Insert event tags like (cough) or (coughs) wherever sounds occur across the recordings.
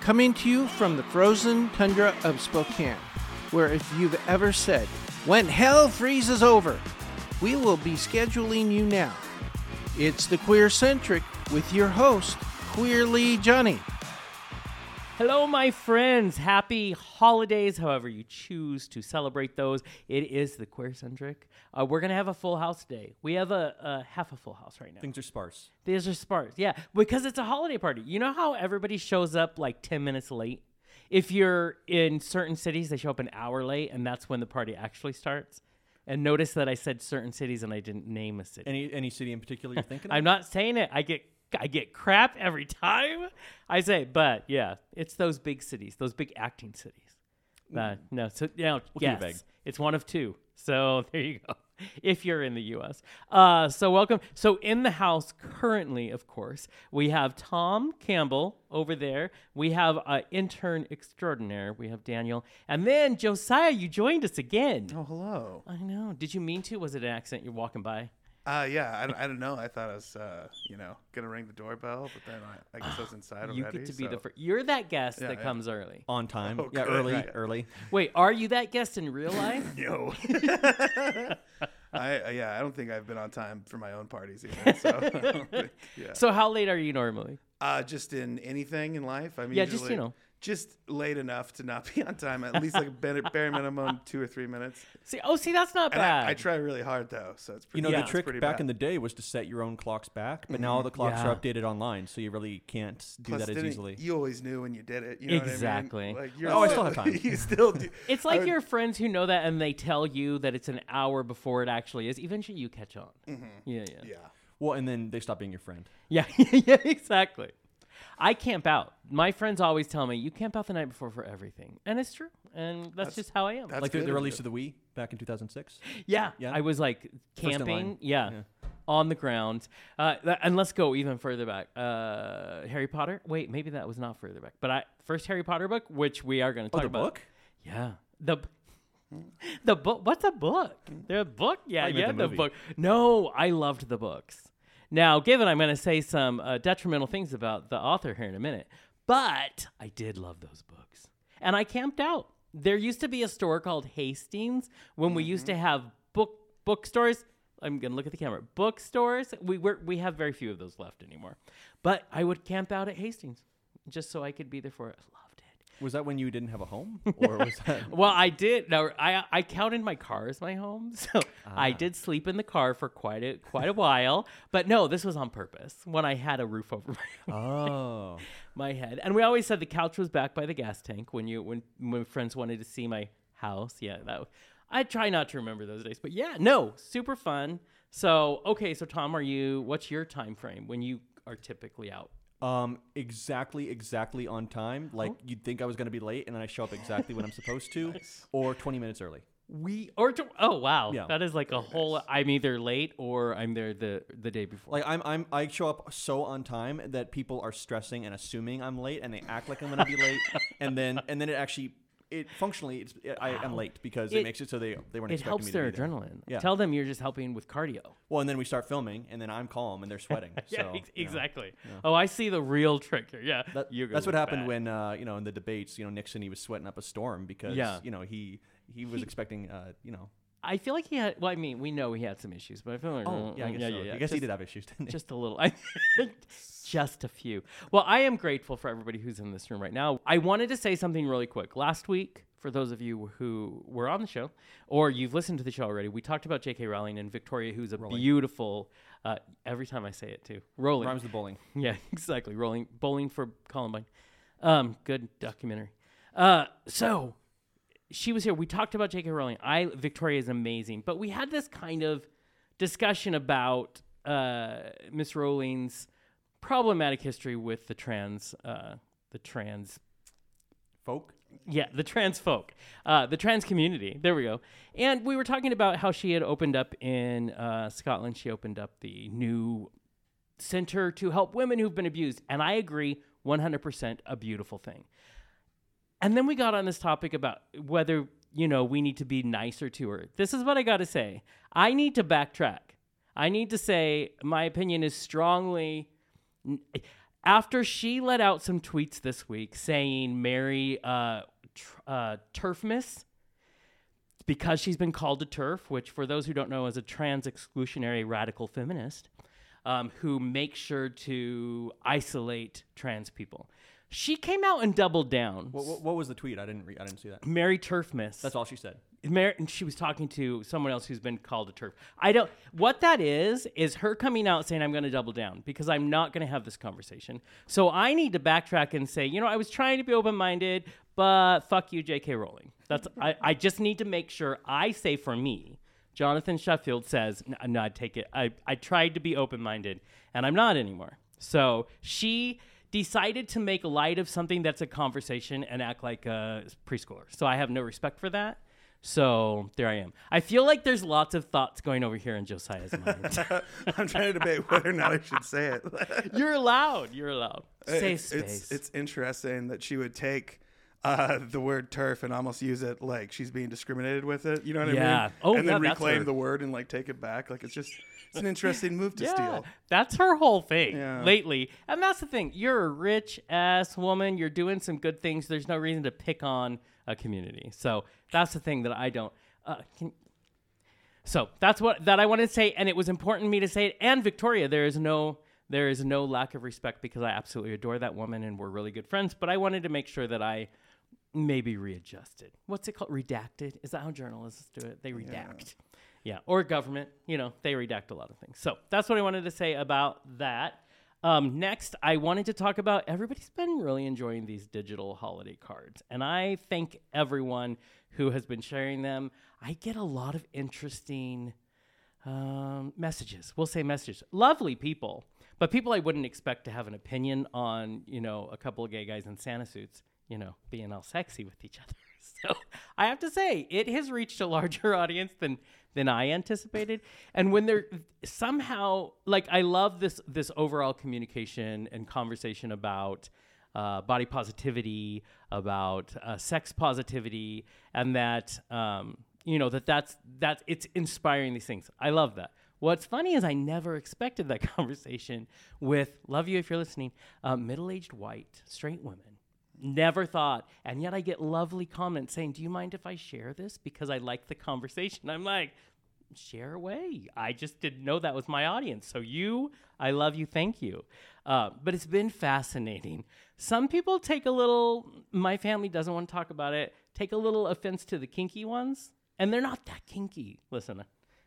Coming to you from the frozen tundra of Spokane, where if you've ever said, when hell freezes over, we will be scheduling you now. It's the Queer Centric with your host, Queerly Johnny. Hello, my friends. Happy holidays, however you choose to celebrate those. It is the queer centric. Uh, we're gonna have a full house day. We have a, a half a full house right now. Things are sparse. These are sparse, yeah, because it's a holiday party. You know how everybody shows up like ten minutes late. If you're in certain cities, they show up an hour late, and that's when the party actually starts. And notice that I said certain cities, and I didn't name a city. Any any city in particular (laughs) you're thinking of? I'm not saying it. I get I get crap every time I say, it, but yeah, it's those big cities, those big acting cities. Uh, no, so now keep it yes, vague. it's one of two. So (laughs) there you go. If you're in the U.S., uh, so welcome. So in the house currently, of course, we have Tom Campbell over there. We have uh, intern extraordinaire. We have Daniel, and then Josiah. You joined us again. Oh, hello. I know. Did you mean to? Was it an accident? You're walking by. Uh, yeah, I, don't- I don't know. I thought I was, uh, you know, going to ring the doorbell, but then I, I (sighs) guess I was inside already. You get to be the so- first. You're that guest that yeah. comes early. on time. Oh, yeah, good, early, right. early. Wait, are you that guest in real (laughs) life? Yo. (laughs) (laughs) I, uh, yeah, I don't think I've been on time for my own parties either. So, I (laughs) don't think- yeah. so how late are you normally? Uh, just in anything in life. I mean, Yeah, just, usually- you know. Just late enough to not be on time, at least like (laughs) a bare, bare minimum two or three minutes. See, oh, see, that's not And bad. I, I try really hard though, so it's You pretty. know, Yeah. the it's trick pretty back bad. Mm-hmm. in the day was to set your own clocks back, but now all the clocks Yeah. are updated online, so you really can't do Plus, that as didn't- easily. You always knew when you did it. You know what I mean? Exactly. Like, you're Oh, I still have time. (laughs) you (laughs) still do. it's I like would- your friends who know that and they tell you that it's an hour before it actually is. Eventually, you catch on. Yeah, yeah, Mm-hmm. Yeah. well, and then they stop being your friend. yeah, (laughs) yeah, exactly. I camp out. My friends always tell me you camp out the night before for everything, and it's true. And that's, just how I am. That's like the, good the of release you. of the Wii back (laughs) in 2006. Yeah, Yeah. I was like in camping. line. Yeah, Yeah. on the ground. Uh, th- and let's go even further back. Uh, Harry Potter. Wait, maybe that was not further back. But I first Harry Potter book, which we are going to Oh, talk the about. book? Yeah. The b- the book. What's a book? The book. Yeah, you meant yeah. the The, movie. book. No, I loved the books. Now, given I'm going to say some uh, detrimental things about the author here in a minute, but I did love those books, and I camped out. There used to be a store called Hastings when we used Mm-hmm. to have book bookstores. I'm gonna look at the camera. Bookstores. We were we have very few of those left anymore, but I would camp out at Hastings just so I could be there for it. I loved it. Was that when you didn't have (laughs) a home, or was that? Well, I did. No, I I counted my car as my home, (laughs) so I did sleep in the car for quite a quite a while. But no, this was on purpose when I had a roof over my, oh, (laughs) my head. And we always said the couch was back by the gas tank when you when when friends wanted to see my house. Yeah, that. I try not to remember those days, but yeah, no, super fun. So okay, so Tom, are you? What's your time frame when you are typically out? um, exactly, exactly on time. Oh. Like you'd think I was going to be late, and then I show up exactly when I'm (laughs) supposed to, or 20 minutes early. We or to, oh wow, Yeah. that is like a whole. I'm either late or I'm there the the day before. Like I'm, I'm, I show up so on time that people are stressing and assuming I'm late, and they act like I'm gonna be (laughs) late, and then, and then it actually, it functionally, it's, it, I am late because it, It- makes it so they they weren't. it expecting helps me to their be there. adrenaline. Yeah. Tell them you're just helping with cardio. Well, and then we start filming, and then I'm (laughs) calm, and they're sweating. so, ex- you know. exactly. Oh, I see the real trick here. Yeah, That- You go that's what with happened that. when uh, you know in the debates, you know Nixon, he was sweating up a storm because Yeah. you know he he was expecting uh, you know I feel like he had. Well, I mean, we know he had some issues, but I feel like mm, oh yeah I guess yeah, so. yeah, yeah. I guess he Just- did have issues. Didn't he? just a little I (laughs) just a few well i am grateful for everybody who's in this room right now i wanted to say something really quick last week for those of you who were on the show or you've listened to the show already we talked about j.k rowling and victoria who's a beautiful uh, every time i say it too rolling (laughs) Rhymes with bowling. (laughs) yeah, exactly. Rolling bowling for Columbine. Um, good documentary. Uh, so she was here. We talked about J.K. Rowling. I Victoria is amazing, but we had this kind of discussion about uh, Miss Rowling's problematic history with the trans, uh, the trans Folk. yeah, the trans folk, uh, the trans community. There we go. And we were talking about how she had opened up in uh, Scotland. She opened up the new center to help women who've been abused. And I agree, 100% a beautiful thing. And then we got on this topic about whether, you know, we need to be nicer to her. This is what I got to say. I need to backtrack. I need to say my opinion is strongly. after she let out some tweets this week saying Mary uh, tr- uh, Turfmas because she's been called a turf, which for those who don't know is a trans exclusionary radical feminist um, who makes sure to isolate trans people. She came out and doubled down. What, what, what was the tweet? I didn't read. I didn't see that. Mary Turfmas. That's all she (laughs) said. Mar- and she was talking to someone else who's been called a turf. I don't. What that is is her coming out saying, "I'm going to double down because I'm not going to have this conversation." So I need to backtrack and say, you know, I was trying to be open minded, but fuck you, J.K. Rowling. That's I, I. just need to make sure I say for me. Jonathan Sheffield says, "No, no I take it. I I tried to be open minded, and I'm not anymore." So she decided to make light of something that's a conversation and act like a preschooler. So I have no respect for that. So there I am. I feel like there's lots of thoughts going over here in Josiah's (laughs) mind. I'm trying to debate whether or not I should say it. (laughs) You're allowed. You're allowed. Safe Uh, it's, it's- space. It's, interesting that she would take uh, the word turf and almost use it like she's being discriminated with it. You know what I Yeah. mean? Oh, and then yeah, that's reclaim her. the word and like take it back. Like it's just it's an interesting move (laughs) to yeah, steal. that's her whole thing Yeah. lately. And that's the thing. You're a rich ass woman. You're doing some good things. There's no reason to pick on a community. So that's the thing that I don't. Uh, can, so that's what that I wanted to say, and it was important to me to say it. And Victoria, there is no there is no lack of respect because I absolutely adore that woman and we're really good friends. But I wanted to make sure that I maybe readjusted. What's it called? Redacted? Is that how journalists do it? They redact. Yeah. Or government, you know, they redact a lot of things. So that's what I wanted to say about that. Um, next, I wanted to talk about everybody's been really enjoying these digital holiday cards, and I thank everyone who has been sharing them. I get a lot of interesting um, messages. We'll say messages. Lovely people, but people I wouldn't expect to have an opinion on, you know, a couple of gay guys in Santa suits, you know, being all sexy with each (laughs) other. So I have to say, it has reached a larger (laughs) audience than than I anticipated. And when they're somehow like, I love this this overall communication and conversation about uh, body positivity, about uh, sex positivity, and that um, you know that that's that it's inspiring these things. I love that. What's funny is I never expected that (laughs) conversation with love you if you're listening, uh, middle-aged white straight women. Never thought, and yet I get lovely comments saying, "Do you mind if I share this because I like the conversation?" I'm like, share away. I just didn't know that was my audience. So you, I love you. Thank you. Uh, but it's been fascinating. Some people take a little. My family doesn't want to talk about it. Take a little offense to the kinky ones, and they're not that kinky. Listen,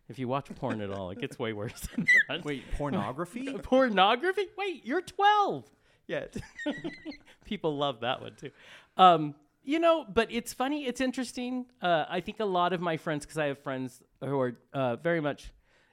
if you watch porn at all, it gets way worse. (laughs) Than that. Wait, (laughs) pornography? (laughs) pornography? Wait, you're 12. Yeah. (laughs) People love that one too. Um, you know, but it's funny, it's interesting. Uh, I think a lot of my friends, because I have friends who are uh, very much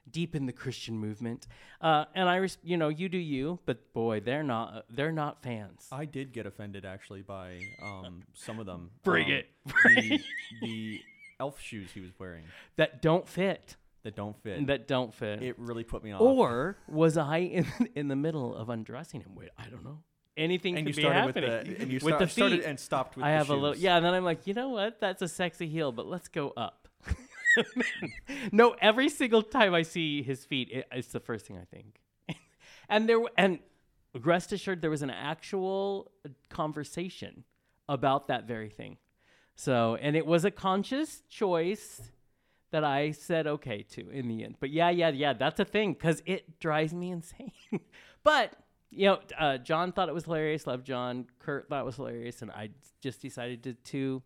deep in the Christian movement, uh, and I, res- you know, you do you, but boy, they're not, they're not fans. I did get offended actually by um, some of them. (laughs) Bring Um, it. The, the elf shoes he was wearing that don't fit. that don't fit. That don't fit. it really put me off. or was I in, in the middle of undressing him? Wait, I don't know. Anything and you could be started with happening. the and you With start- the started feet. and stopped with I the have a little, shoes. yeah. And then I'm like, you know what? That's a sexy heel, but let's go up. (laughs) no, every single time I see his feet, it, it's the first thing I think. (laughs) and there, w- and rest assured, there was an actual conversation about that very thing. So, and it was a conscious choice that I said okay to in the end. But yeah, yeah, yeah, that's a thing because it drives me (laughs) insane. but you know, uh, John thought it was hilarious. Love John. Kurt thought it was hilarious, and I just decided to to,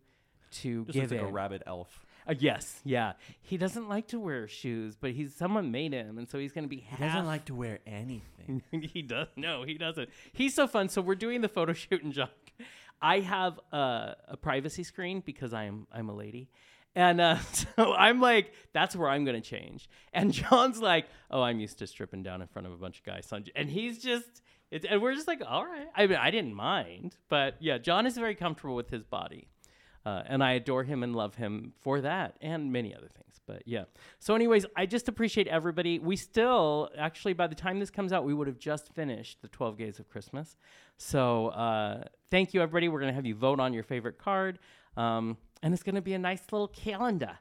to Just give looks like a in. rabid elf. Uh, yes, yeah. He doesn't like to wear shoes, but he's someone made him, and so he's gonna be half. to wear (laughs) anything. he does. No, he doesn't. He's so fun. So we're doing the photo (laughs) shoot and junk. I have uh, a privacy screen because I'm I'm a lady. And uh, (laughs) so I'm like, that's where I'm gonna change. And (laughs) John's like, oh, I'm used to stripping down in front of a bunch of guys. So I'm j- And he's just, it's, and we're just like, all right. I mean, I didn't mind, but yeah, John is very comfortable with his body. Uh, and I adore him and love him for that and many other things. But yeah. So, anyways, I just appreciate everybody. We still, actually, by the time this comes out, we would have just finished the 12 Days of Christmas. So, uh, thank you, everybody. We're going to have you vote on your favorite card. Um, and it's going to be a nice little calendar.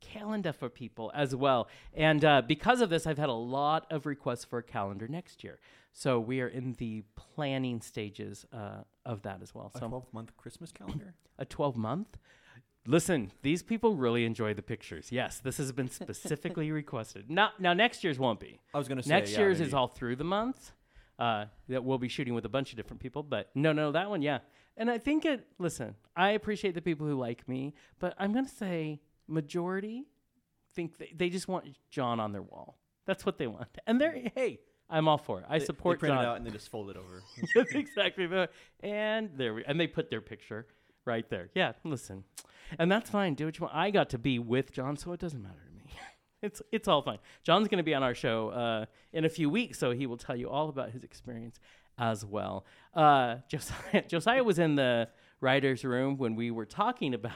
calendar for people as well. And uh, because of this, I've had a lot of requests for a calendar next year. So we are in the planning stages uh, of that as well. A So 12 month Christmas calendar? a 12 month. Listen, these people really enjoy the pictures. Yes, this has (laughs) been specifically requested. Now, now next year's won't be. I was going to say. Next yeah, year's maybe. is all through the month. Uh, that we'll be shooting with a bunch of different people, but no, no, that one, yeah. And I think it. Listen, I appreciate the people who like me, but I'm gonna say majority think they, they just want John on their wall. That's what they want, and they're hey, I'm all for it. I They- support they print John. it out and they just fold it over. (laughs) That's exactly the and there we and they put their picture right there. Yeah, listen, and that's fine. Do what you want. I got to be with John, so it doesn't matter to me. (laughs) It's it's all fine. John's going to be on our show uh, in a few weeks, so he will tell you all about his experience as well. Uh, Josiah (laughs) Josiah was in the writers' room when we were talking about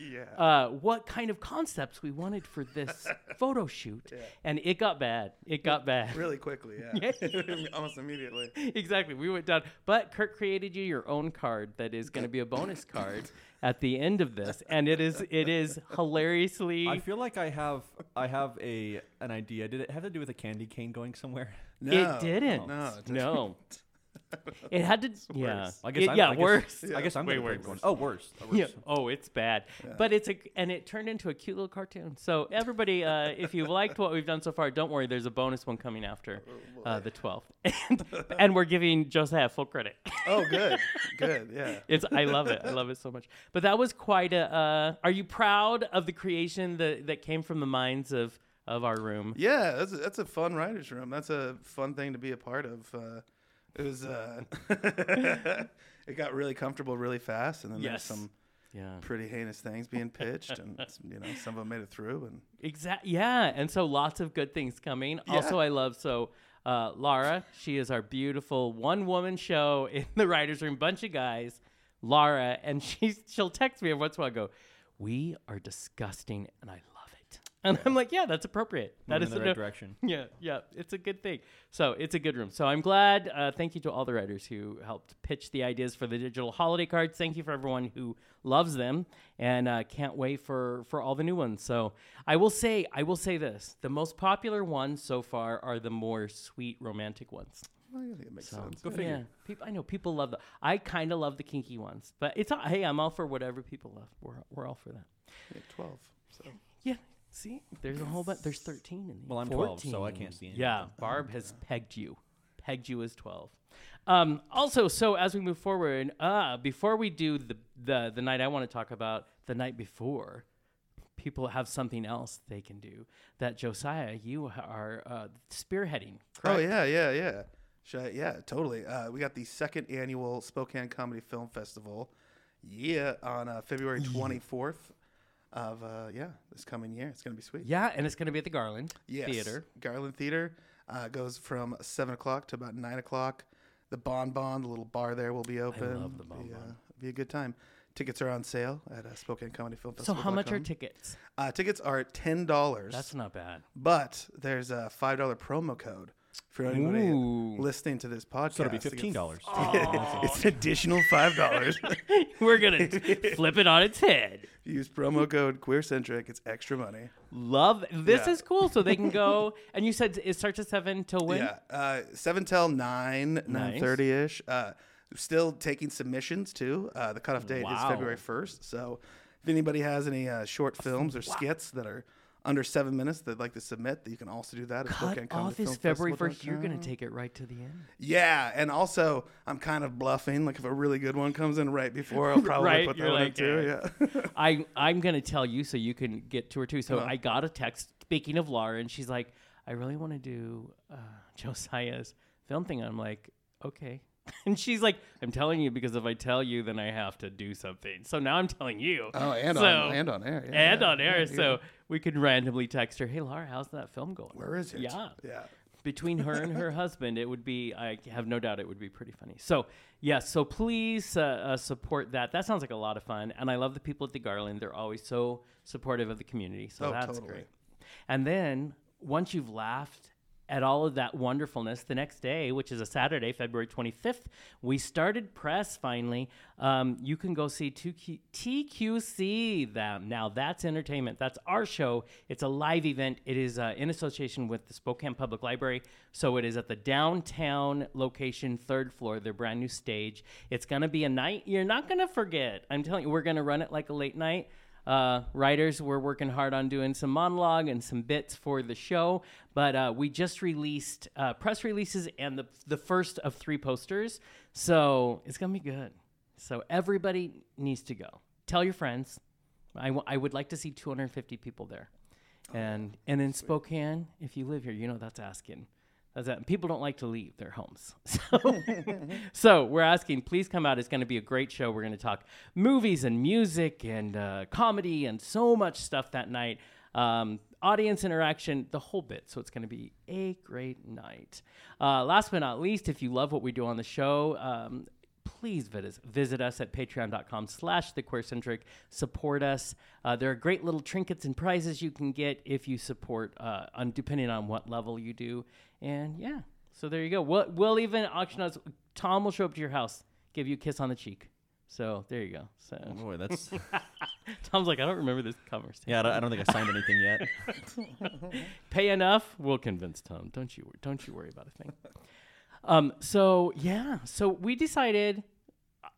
yeah. uh, what kind of concepts we wanted for this photo shoot, and it got bad. It got bad. Really quickly, (laughs) yeah. (laughs) Almost immediately. exactly. We went down. But Kirk created you your own card that is going to be a bonus card at the end of this, and it is it is hilariously. I feel like I have I have a an idea. Did it have to do with a candy cane going somewhere? (laughs) No. it didn't. No. it didn't. no. It had to. yeah. I guess It- I'm, yeah. I guess, worse. I guess I'm Way gonna pick worse. One. Oh, worse. Oh, worse. Yeah. Oh, it's bad. But it's a and it turned into a cute little cartoon. So everybody, uh, if you've liked what we've done so far, don't worry. There's a bonus one coming after Oh, uh, the 12th, (laughs) and, and we're giving Josiah full credit. Oh, (laughs) good. Good. Yeah. It's I love it. I love it so much. But that was quite a. Uh, are you proud of the creation that that came from the minds of of our room? Yeah, that's a, that's a fun writers' room. That's a fun thing to be a part of. Uh, it was. Uh, (laughs) it got really comfortable really fast, and then Yes. there's some Yeah. pretty heinous things being pitched, and s- you know some of them made it through. And Exactly. Yeah. And so lots of good things coming. Also, I love so. Uh, Lara, she is our beautiful one woman show in the writer's room, bunch of guys. Lara, and she's, she'll text me every once in a while and go, We are disgusting and I love it. And I'm like, Yeah, that's appropriate. That Moving is in the no- right direction. Yeah, yeah, it's a good thing. So it's a good room. So I'm glad. Uh, thank you to all the writers who helped pitch the ideas for the digital holiday cards. Thank you for everyone who loves them and uh, can't wait for for all the new ones. So I will say, I will say this: the most popular ones so far are the more sweet romantic ones. well, I think it makes sense. Go figure. Yeah, people, I know people love the. I kind of love the kinky ones, but it's all, hey, I'm all for whatever people love. We're we're all for that. Yeah, Twelve. So Yeah. See, there's a whole bunch. There's 13 in the Well, I'm 12, so I can't see anything. Mm-hmm. Yeah, Barb has pegged you. Pegged you as 12. Um, also, so as we move forward, uh, before we do the, the, the night I want to talk about, the night before, people have something else they can do that Josiah, you are uh, spearheading. Oh Correct? yeah, yeah, yeah. Should I- yeah, totally. Uh, we got the second annual Spokane Comedy Film Festival. Yeah, on uh, February twenty fourth of uh, yeah this coming year. It's gonna be sweet. Yeah, and it's going to be at the Garland Yes. Theater. Garland Theater uh, goes from seven o'clock to about nine o'clock. The Bon Bon, the little bar there, will be open. love the Be, Bon uh, Bon. be a good time. Tickets are on sale at uh, Spokane Comedy Film So, Festival. how much are tickets? uh, tickets are ten dollars? That's not (laughs) bad. But there's a five dollar promo code for anybody Ooh. listening to this podcast. So it'll be to get- fifteen (laughs) dollars. (laughs) it's an additional five dollars. (laughs) We're going to flip it on its head. Use promo code queercentric. It's extra money. Love this Yeah. is cool. So they can (laughs) go and you said it starts at seven till when? Yeah, uh, seven till nine, nine thirty ish. Uh, still taking submissions too. Uh, the cutoff date is Wow. February first. So if anybody has any uh, short films or skits that are under seven minutes they'd like to submit, you can also do that. at Cut off is February first. You're gonna SpokaneComedyFilmFestival.com. take it right to the (laughs) end. Yeah, and also I'm kind of bluffing. Like if a really good one comes in right (laughs) before, I'll probably Right, put that you're one like, in too. eh. (laughs) Yeah. I I'm gonna tell you so you can get to her too. So Uh-huh. I got a text. Speaking of Laura, and she's like, I really want to do uh, (laughs) Josiah's film thing. I'm like, okay. (laughs) And she's like, I'm telling you because if I tell you, then I have to do something. So now I'm telling you. oh, and So- on and on air. Yeah, and (laughs) yeah. on air, so we can randomly text her, "Hey Laura, how's that film going? Where is it? Yeah, Yeah. between her and her husband, it would be, I have no doubt it would be pretty funny. So, yeah, so please uh, uh, support that. That sounds like a lot of fun. And I love the people at the Garland. They're always so supportive of the community. So Oh, that's totally. great. And then once you've laughed at all of that wonderfulness the next day, which is a Saturday, February 25th, we started press finally. Um, you can go see 2Q- TQC them. Now, that's entertainment. That's our show. It's a live event. It is uh, in association with the Spokane Public Library. So it is at the downtown location, third floor, their brand new stage. It's going to be a night you're not going to forget. I'm telling you, we're going to run it like a late night uh, writers were working hard on doing some monologue and some bits for the show, but uh, we just released uh, press releases and the the first of three posters, so it's gonna be good. So everybody needs to go. Tell your friends. I, w- I would like to see 250 people there, and and in Spokane, if you live here, you know that's asking. That's that. People don't like to leave their homes. (laughs) So, so we're asking, please come out. It's going to be a great show. We're going to talk movies and music and uh, comedy and so much stuff that night. Um, audience interaction, the whole bit. So it's going to be a great night. Uh, last but not least, if you love what we do on the show, um, please visit us, visit us at patreon.com slash the queercentric support us uh, there are great little trinkets and prizes you can get if you support uh, on, depending on what level you do and yeah so there you go we'll, we'll even auction us tom will show up to your house give you a kiss on the cheek so there you go so (laughs) Boy, that's tom's like i don't remember this conversation yeah. I don't, I don't think (laughs) I signed anything yet. pay enough, we'll convince Tom. Don't you don't you worry about a thing. (laughs) um. So yeah. So we decided,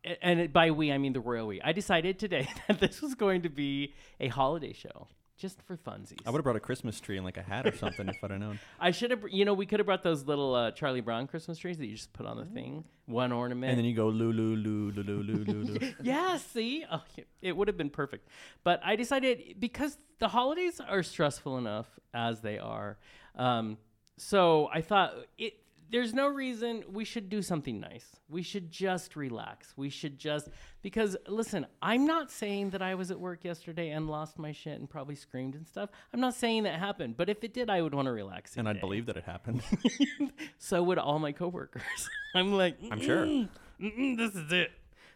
a- and by we I mean the royal we. I decided today (laughs) that this was going to be a holiday show, just for funsies. I would have brought a Christmas tree and like a hat or something if I'd have known. I should have. You know, we could have brought those little uh, Charlie Brown Christmas trees that you just put on the thing, one ornament, And then you go loo loo loo loo loo loo loo. (laughs) loo. yeah, see, oh, yeah, it would have been perfect. But I decided because the holidays are stressful enough as they are, um, so I thought it. There's no reason we should do something nice. We should just relax. We should just because listen, I'm not saying that I was at work yesterday and lost my shit and probably screamed and stuff. I'm not saying that happened, but if it did, I would want to relax. a And I'd day. believe that it happened. so would all my coworkers. (laughs) I'm like, (laughs) I'm sure. "Mm-mm, mm-mm, this is it.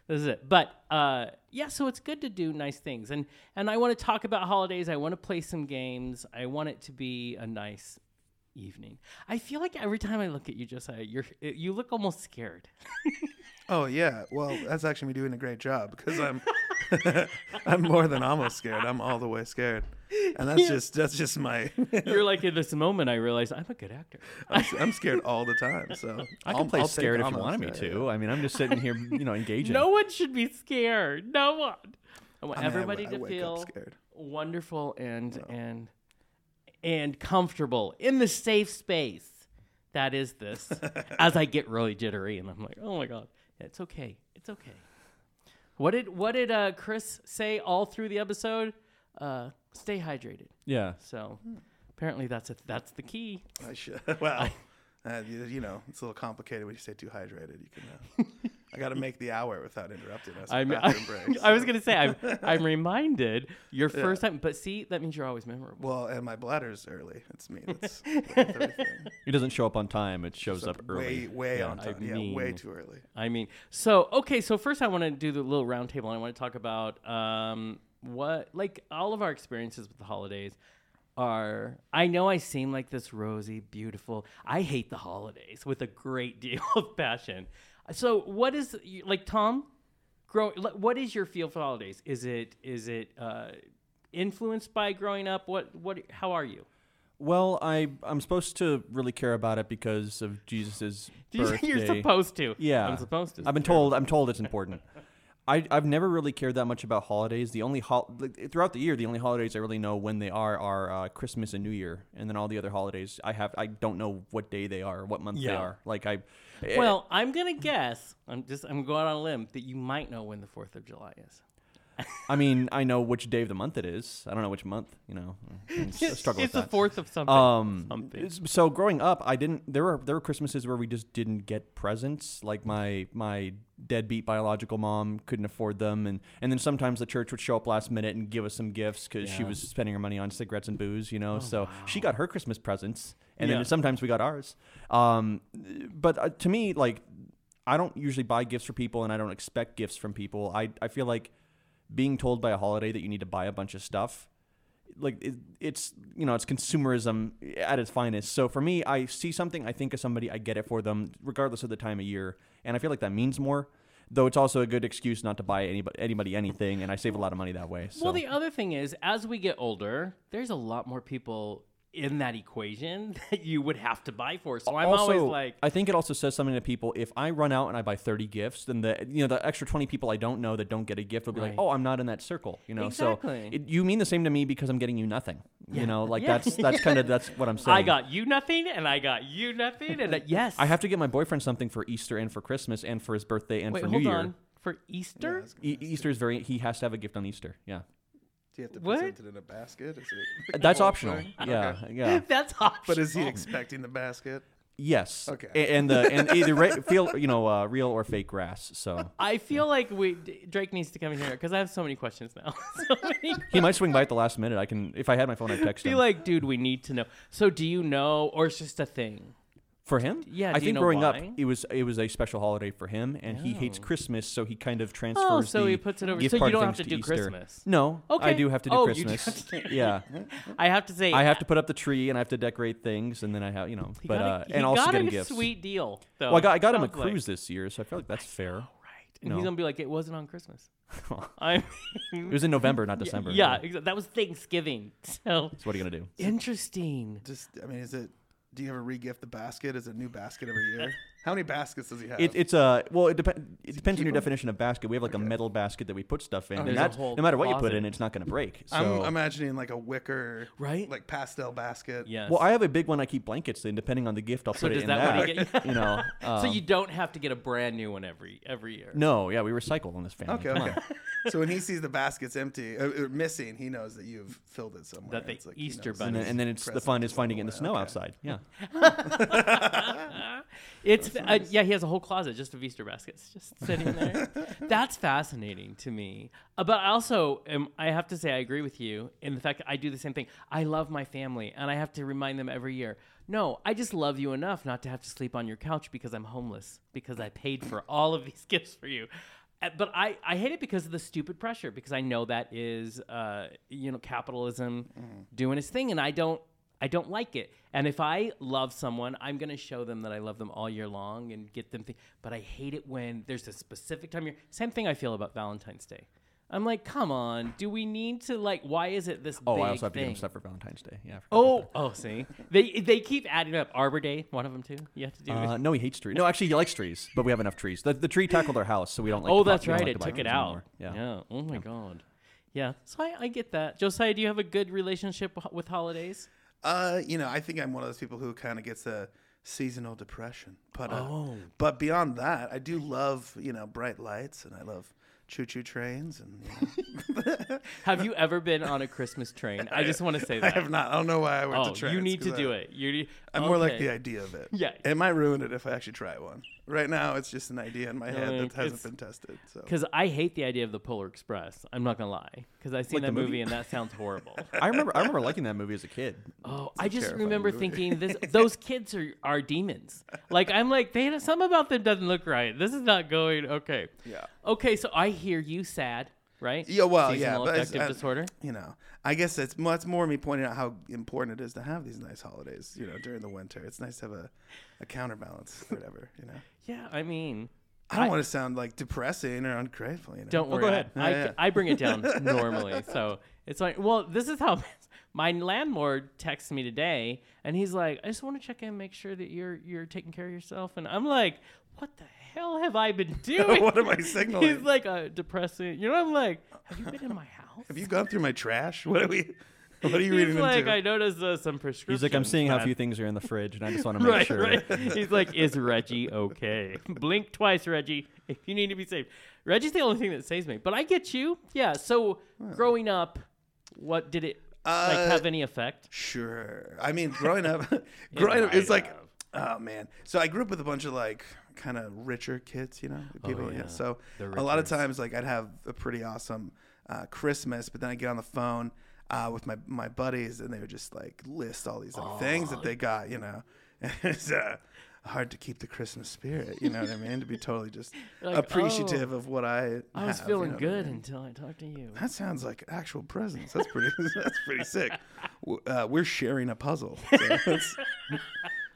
This is it. But uh, yeah, so it's good to do nice things, and and I want to talk about holidays. I want to play some games. I want it to be a nice evening. I feel like every time I look at you, Josiah, you're you look almost (laughs) scared. Oh yeah. Well, that's actually me doing a great job because I'm (laughs) I'm more than almost scared. I'm all the way scared, and that's just that's just my You're like in this moment, I realize I'm a good actor. I'm, I'm scared all the time. So (laughs) I I'll- can play I'll take scared if you almost wanted me scared. to. I mean, I'm just sitting here, you know, engaging. No one should be scared. No one. I want I mean, I w- everybody I to wake up feel scared. wonderful and and and comfortable in the safe space that is this. (laughs) as I get really jittery and I'm like, oh my god, it's okay, it's okay. What did what did uh, Chris say all through the episode? Uh, stay hydrated. Yeah. So Hmm. apparently that's a, that's the key. (laughs) I should. (laughs) Well, uh, you, you know, it's a little complicated when you say too hydrated. You can. (laughs) Uh, I got to make the hour without interrupting us. I'm, I'm, I, (laughs) bathroom breaks. I was gonna say I'm (laughs) I'm reminded your first time, but see that means you're always memorable. Well, and my bladder's early. It's me. (laughs) That's that's everything. It doesn't show up on time. It shows up early. way, way on I time. yeah, way mean- too early. I mean, so okay, so first I want to do the little roundtable, and I want to talk about um, what, like, all of our experiences with the holidays are. I know I seem like this rosy, beautiful. I hate the holidays with a great (laughs) deal of passion. So, what is you- like, Tom? Grow. like, What is your feel for holidays? Is it is it uh, influenced by growing up? What what? How are you? (laughs) Well, I I'm supposed to really care about it because of (laughs) Jesus's birthday. You're supposed to. Yeah, I'm supposed to. I've been told. I'm told it's important. (laughs) I I've never really cared that much about holidays. The only hol like, throughout the year, the only holidays I really know when they are are uh, Christmas and New Year, and then all the other holidays I have I don't know what day they are, or what month they Yeah. are. Like I, Well, I'm gonna guess. I'm just I'm going on a limb that you might know when the Fourth of July is. I mean I know which day of the month it is. I don't know which month. (laughs) You know, I struggle it's with the that. fourth of something. Um, something. s- So growing up, I didn't. There were there were Christmases where we just didn't get presents. Like my my deadbeat biological mom couldn't afford them, and and then sometimes the church would show up last minute and give us some gifts because she Yeah. Oh, was spending her money on cigarettes and booze. You know, so she got her Christmas presents, and Yeah. then sometimes we got ours. Um, but uh, to me, like I don't usually buy gifts for people, and I don't expect gifts from people. I I feel like being told by a holiday that you need to buy a bunch of stuff like it, it's you know it's consumerism at its finest. So for me, I see something, I think of somebody, I get it for them, regardless of the time of year, and I feel like that means more. Though it's also a good excuse not to buy anybody, anybody anything, and I save a lot of money that way. So. Well, the other thing is, as we get older, there's a lot more people in that equation (laughs) that you would have to buy for. So oh, I'm also, always like, I think it also says something to people. If I run out and I buy 30 gifts, then the you know the extra 20 people I don't know that don't get a gift will be like, Right. oh, I'm not in that circle. You know, Exactly. so it, you mean the same to me because I'm getting you nothing. You know, like Yeah. that's (laughs) that's kind of that's what I'm saying. I got you nothing, and I got you nothing, (laughs) and that, yes, I have to get my boyfriend something for Easter and for Christmas and for his birthday and Wait, for hold New on. Year. For Easter, E- Easter is very. He has to have a gift on Easter. Yeah, Do you have to What? present it in a basket? Is it (laughs) that's Oh, optional. sorry. Yeah, Okay. (laughs) yeah. that's awesome. But is Oh. he expecting the basket? Yes. Okay. A- And the and either re- feel you know uh, real or fake grass. So I feel like we D- Drake needs to come in here because I have so many questions now. (laughs) so many. he might swing by at the last minute. I can if I had my phone, I'd text him. Be like, dude, we need to know. So, do you know, or it's just a thing? For him? Yeah, do I you think know growing why? Oh. up, it was it was a special holiday for him, and he hates Christmas, so he kind of transfers. so the he puts it over- gift so you part don't have things to to do Easter. Christmas. No, I Okay. do have to do Oh, you do Christmas. have to- yeah, (laughs) I have to say, I have to put up the tree and I have to decorate things, and then I have you know, He but got a- uh, he and also got get a him gifts. Sweet deal. Though, Well, I got I got him a sounds like. cruise this year, so I feel like that's fair. Right. And No. he's gonna be like, it wasn't on (laughs) Christmas. (laughs) I mean, (laughs) It was in November, not December. Yeah, exa- that was Thanksgiving. (laughs) So So what are you gonna do? interesting. Just, I mean, is it? Do you ever regift the basket? Is it a new basket every year? How many baskets does he have? It, it's a well. It, dep- it depends on your definition of basket. We have like a metal basket that we put stuff in, Oh, There's and a that's whole no matter what you put closet. in, it's not going to break. So I'm imagining like a wicker, Right? Like pastel basket. Yes. Well, I have a big one I keep blankets in. Depending on the gift, I'll So put it does in that that. one you get- you know. (laughs) so um, you don't have to get a brand new one every every year. No, yeah, we recycle on this family. Okay. Come okay. on. so when he sees the basket's empty, uh, uh, missing, he knows that you've filled it somewhere. That the It's like he Easter knows bunny- And then, and then it's the fun is finding it in the snow outside. Yeah. (laughs) It's uh, yeah, he has a whole closet just of Easter baskets just sitting there. That's fascinating to me. Uh, but I also am, I have to say I agree with you in the fact that I do the same thing. I love my family and I have to remind them every year. No, I just love you enough not to have to sleep on your couch because I'm homeless because I paid for all of these (laughs) gifts for you. Uh, But I, I hate it because of the stupid pressure because I know that is uh, you know capitalism doing its thing and I don't I don't like it. And if I love someone, I'm going to show them that I love them all year long and get them. Th- but I hate it when there's a specific time. of Year. Same thing I feel about Valentine's Day. I'm like, come on, do we need to like? Why is it this? Oh, big I also have to thing? get him stuff for Valentine's Day. Yeah. I forgot about Oh, oh, see, they they keep adding up Arbor Day. One of them too. You have to do. that. (laughs) Uh, it. no, he hates trees. No, actually, he likes trees, but we have enough trees. The, the tree tackled our house, so we don't like. oh, to buy- that's we don't right. like it to buy took it trees out. anymore. Yeah. Oh my god. Yeah. So I, I get that. Josiah, do you have a good relationship with- with holidays? Uh, you know, I think I'm one of those people who kind of gets a seasonal depression. But uh, Oh. but beyond that, I do love you know bright lights and I love choo-choo trains and you know, Have you ever been on a Christmas train? I just want to (laughs) say (laughs) I that. have not. I don't know why I went Oh, to trains. you need to 'cause I- do it. You need, I'm more like okay. the idea of it. Yeah. It might ruin it if I actually try one. Right now, it's just an idea in my head Like, that hasn't it's- been tested. So Because I hate the idea of the Polar Express. I'm not gonna lie. Because I seen Like that the movie? movie? and that sounds (laughs) horrible. I remember. I remember liking that movie as a (laughs) kid. oh, I just terrifying remember movie. thinking (laughs) this. Those kids are are demons. Like I'm like they something about them doesn't look right. This is not going okay. Yeah. Okay, so I hear you sad, right? Yeah, well, Seasonal yeah, but it's- affective uh, disorder. you know, I guess it's well, it's more me pointing out how important it is to have these nice holidays. You know, during the winter, it's nice to have a, a counterbalance (laughs) or whatever. You know, Yeah, I mean, I don't want to sound like depressing or ungrateful. You know, Don't worry. Oh, go I- ahead. Oh, I, Yeah, yeah. I bring it (laughs) down normally. So it's like, well, this is how (laughs) my landlord texts me today, and he's like, I just want to check in, make sure that you're you're taking care of yourself, and I'm like, what the hell have I (laughs) been doing? (laughs) What am I He's signaling? like a depressing. You know, I'm like, have you been in my house? (laughs) Have you gone through my trash? (laughs) What are we? What are you He's reading like, into? I noticed uh, some prescriptions. He's like, I'm seeing how that- few things are in the fridge, and I just want to make Right, sure. (laughs) right. He's like, is Reggie okay? Blink twice, Reggie, if you need to be saved. Reggie's the only thing that saves me, but I get you. Yeah. So growing up, what did it like Uh, have any effect? Sure. I (laughs) mean, growing up, (laughs) growing up, might it's like, have. oh man. So I grew up with a bunch of like kind of richer kids, you know, people. Oh, yeah. yeah. So The a lot of times, like, I'd have a pretty awesome uh, Christmas, but then I get on the phone uh, with my my buddies, and they would just like list all these like, things that they got, you know. And (laughs) it's, uh, hard to keep the Christmas spirit. You know what I mean? To be totally just (laughs) Like, oh, appreciative of what I. I was have, you feeling know what I good mean? until I talked to (laughs) you. That sounds like actual presents. That's pretty. (laughs) that's pretty sick. W- Uh, we're sharing a puzzle. So that's- (laughs)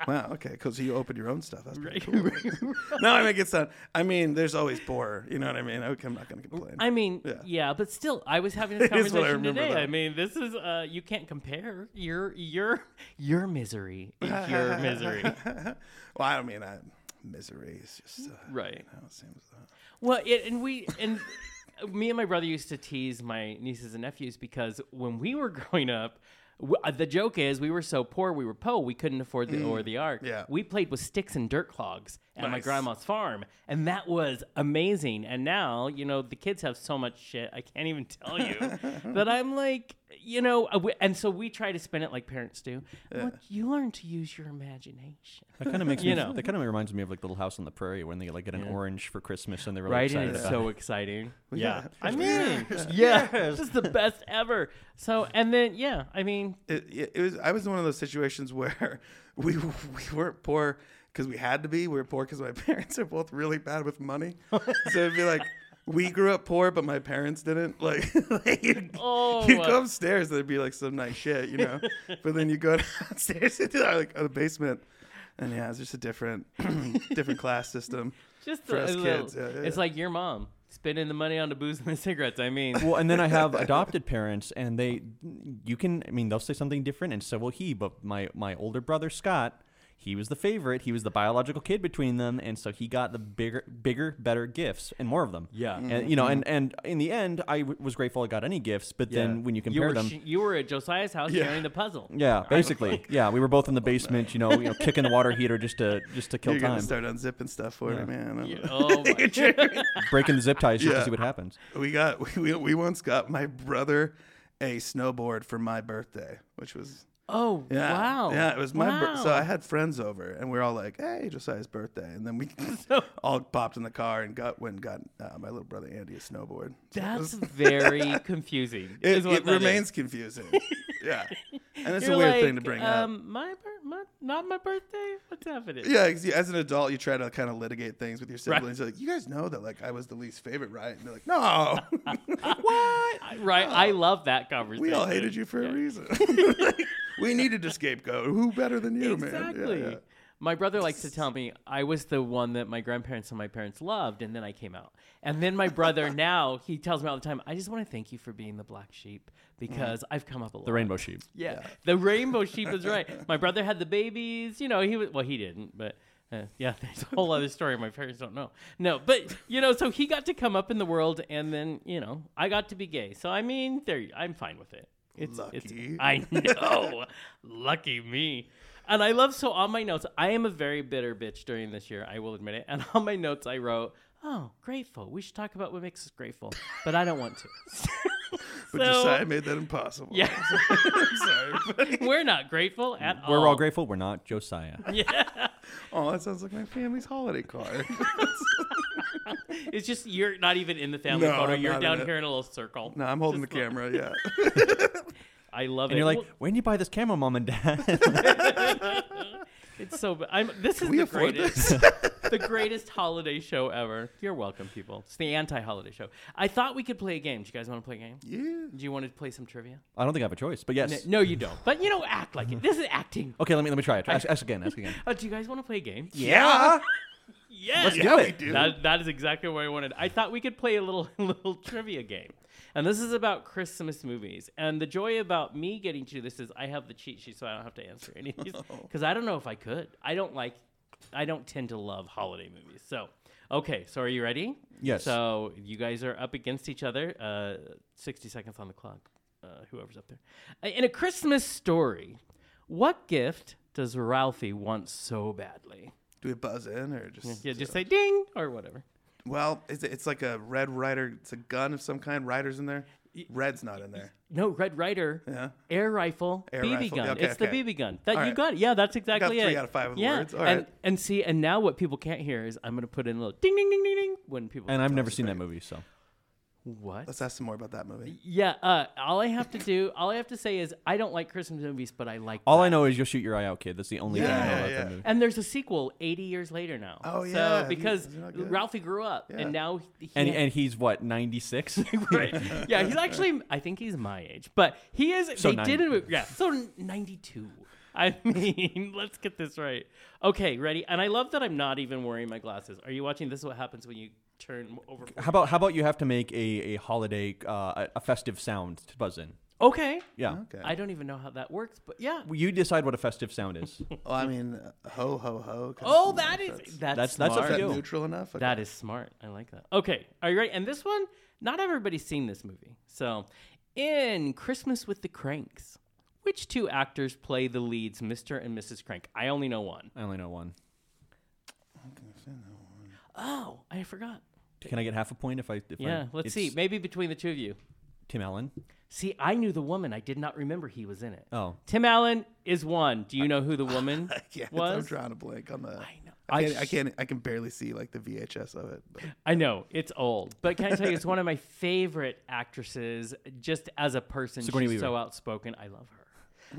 wow. Okay. Because you opened your own stuff. That's pretty cool. (laughs) no, I mean it's not. I mean, there's always bore. You know what I mean? Okay, I'm not gonna complain. I mean, yeah. Yeah. but still, I was having this (laughs) It is what I conversation remember today. that. I mean, this is uh, you can't compare your your your misery (laughs) (laughs) is your misery, well, I mean, I, misery is just. Uh, right? you know, it seems. Uh, Well, it, and we and me and my brother used to tease my nieces and nephews because when we were (laughs) growing up, w- uh, the joke is we were so poor, we were po, we couldn't afford the or the ark. Mm. yeah. we played with sticks and dirt clogs at my Nice. grandma's farm, and that was amazing. And now, you know, the kids have so much shit I can't even tell you (laughs) that I'm like, you know, uh, we- and so we try to spin it like parents do. I'm like, you learn to use your imagination. That kind of makes You me. know. That kind of reminds me of like Little House on the Prairie when they like get an orange for Christmas and they're really Right, and excited it's about so exciting. Yeah, got it. I mean, yes, this is the best ever. So, and then yeah, I mean, it, it, it was I was in one of those situations (laughs) where we we weren't poor because we had to be. We were poor because my (laughs) parents are both really bad with money. so it'd be like we grew up poor, but my parents didn't. (laughs) Like, like you, Oh. you go upstairs, there'd be like some nice shit, you know. but then you go (laughs) downstairs into like the basement, and yeah, it's just a different (clears throat) different class system. just For a us little- kids, yeah, yeah, it's yeah. like your mom spending the money on the booze and the (laughs) cigarettes. I mean, Well, and then I have adopted parents, and they, you can, I mean, they'll say something different, and so will he. But my my older brother Scott, he was the favorite. He was the biological kid between them, and so he got the bigger, bigger, better gifts and more of them. Yeah. and you know, and and in the end, I w- was grateful I got any gifts. But Yeah. then when you you compare were them. sh- you were at Josiah's house (laughs) Yeah. sharing the puzzle. yeah, basically. Yeah, we were both in the basement, you know, you know, kicking the water heater just to just to kill You're time, gonna start unzipping stuff for me, man. You- oh (laughs) my breaking the zip ties just Yeah. to see what happens. We got (laughs) we, we once got my brother a snowboard for my birthday, which was Oh Yeah. wow. Yeah, it was my wow. bir- so I had friends over and we were all like, "Hey, Josiah's birthday." (laughs) And then we (laughs) all popped in the car and got went and got uh, my little brother Andy a snowboard. So (laughs) it That's was- very confusing. it, is what it that is. (laughs) remains confusing. yeah. And it's You're a weird like, thing to bring um, up. My, bir- my not my birthday. What's happening? Yeah, 'cause you- as an adult, you try to kind of litigate things with your siblings. You're like, you guys know that like I was the least favorite, right? And they're (laughs) like, no, I- right. I love that conversation. Oh. we all hated you for a reason. (laughs) (laughs) we needed a scapegoat. Who better than you, man? Yeah, Exactly. yeah. My brother likes to tell me I was the one that my grandparents and my parents loved, and then I came out. And then my (laughs) brother now he tells me all the time, I just want to thank you for being the black sheep because I've come up a lot. The rainbow sheep. yeah. The rainbow sheep is right. My brother had the babies. You know, he was well, he didn't, but. Uh, yeah, (laughs) there's a whole other story my parents don't know. No, but you know, so he got to come up in the world, and then you know, I got to be gay. So I mean, there, I'm fine with it. It's, It's, Lucky. I know, lucky me. And I love so on my notes. I am a very bitter bitch during this year. I will admit it. And on my notes, I wrote, "Oh, grateful. We should talk about what makes us grateful," but I don't want to. But So- Josiah made that impossible. Yeah. (laughs) I'm sorry. We're not grateful at all. We're all grateful. We're not Josiah. Oh, that sounds like my family's holiday card. (laughs) It's just you're not even in the family No, photo. I'm You're not down in it. here in a little circle. no, I'm holding the (laughs) camera. Yeah. I love it. And you're like, Well, when do you buy this camera, mom and dad? it's so. ba- I'm. This is we the afford greatest, (laughs) the greatest holiday show ever. You're welcome, people. It's the anti-holiday show. I thought we could play a game. Do you guys want to play a game? yeah. Do you want to play some trivia? I don't think I have a choice, but yes. N- No, you don't. But you know, act like it. This is acting. Okay, let me let me try it. Ask, ask again. Ask (laughs) again. Uh, do you guys want to play a game? Yeah. Yes. do we it. do. That, that is exactly what I wanted. I thought we could play a little (laughs) little trivia game. And this is about Christmas movies. And the joy about me getting to do this is I have the cheat sheet so I don't have to answer any of these cuz I don't know if I could. I don't like I don't tend to love holiday movies. So, okay, so are you ready? Yes. So, you guys are up against each other. Uh 60 seconds on the clock. Uh, whoever's up there. Uh, In a Christmas story, what gift does Ralphie want so badly? Do we buzz in or just? Yeah, just say ding or whatever. Well, is it, it's like a red rider. It's a gun of some kind. Rider's in there. Red's not in there. No, Red Rider, Yeah. air rifle, Air BB rifle, gun. yeah, okay, it's okay. the BB gun. That All you right. got. it. Yeah, that's exactly three it. out of five of the yeah. words. All and, right. and see, and now what people can't hear is I'm gonna put in a little ding, ding, ding, ding, ding when people. And I've never seen that movie, so What? Let's ask some more about that movie. Yeah, uh, all I have to do, (laughs) all I have to say is I don't like Christmas movies, but I like All that. I know is you'll shoot your eye out, kid. That's the only thing I know Yeah, about yeah. that movie. And there's a sequel 80 years later now. Oh, So yeah, he- because isn't that good? Ralphie grew up Yeah. and now he, he And and he's what ninety six. right. Yeah, he's actually I think he's my age, but he is So they 90. did it yeah, so 92. I (laughs) mean, let's get this right. Okay, ready? And I love that I'm not even wearing my glasses. Are you watching this is what happens when you turn over (laughs) How about how about you have to make a a holiday uh, a- a festive sound to buzz in? Okay. Yeah. Okay. I don't even know how that works, but yeah. Well, You decide what a festive sound is. (laughs) Well, I mean, uh, ho ho ho. 'cause Oh, it's that not- is that's- that's That's- that's smart. a Is that Yo. neutral enough? Okay. That is smart. I like that. Okay, are you ready? And this one, not everybody's seen this movie. So, in Christmas with the Cranks, which two actors play the leads, Mr. and Mrs. Crank? I only know one. I only know one. Oh, I forgot. Can I get half a point if I? If Yeah, I, let's it's see. Maybe between the two of you. Tim Allen. See, I knew the woman. I did not remember he was in it. Oh, Tim Allen is one. Do you know who the (laughs) woman (laughs) yeah, I'm was? drawing a blank on the. know. I I can't, I sh- can't. I can barely see like the VHS of it. But I know it's old, but can I tell you, it's one of my favorite actresses. Just as a person, Sigourney she's Weaver. so outspoken. I love her.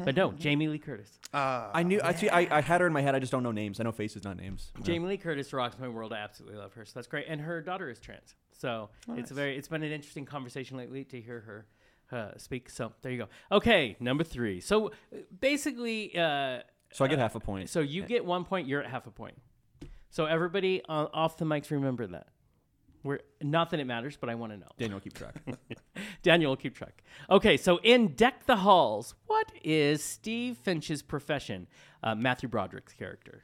But no, Jamie Lee Curtis. Uh, I knew. I see. I, I had her in my head. I just don't know names. I know faces, not names. Jamie Lee Curtis rocks my world. I absolutely love her. So that's great. And her daughter is trans. So it's very it's been an interesting conversation lately to hear her uh, speak. So there you go. Okay, number three. So uh, basically, uh, So I get half a point. so you get one point. You're at half a point. So everybody uh, off the mics, remember that. We're not that it matters, but I want to know. Daniel, keep track. Daniel will keep track. Okay, so in Deck the Halls, what is Steve Finch's profession? Uh, Matthew Broderick's character.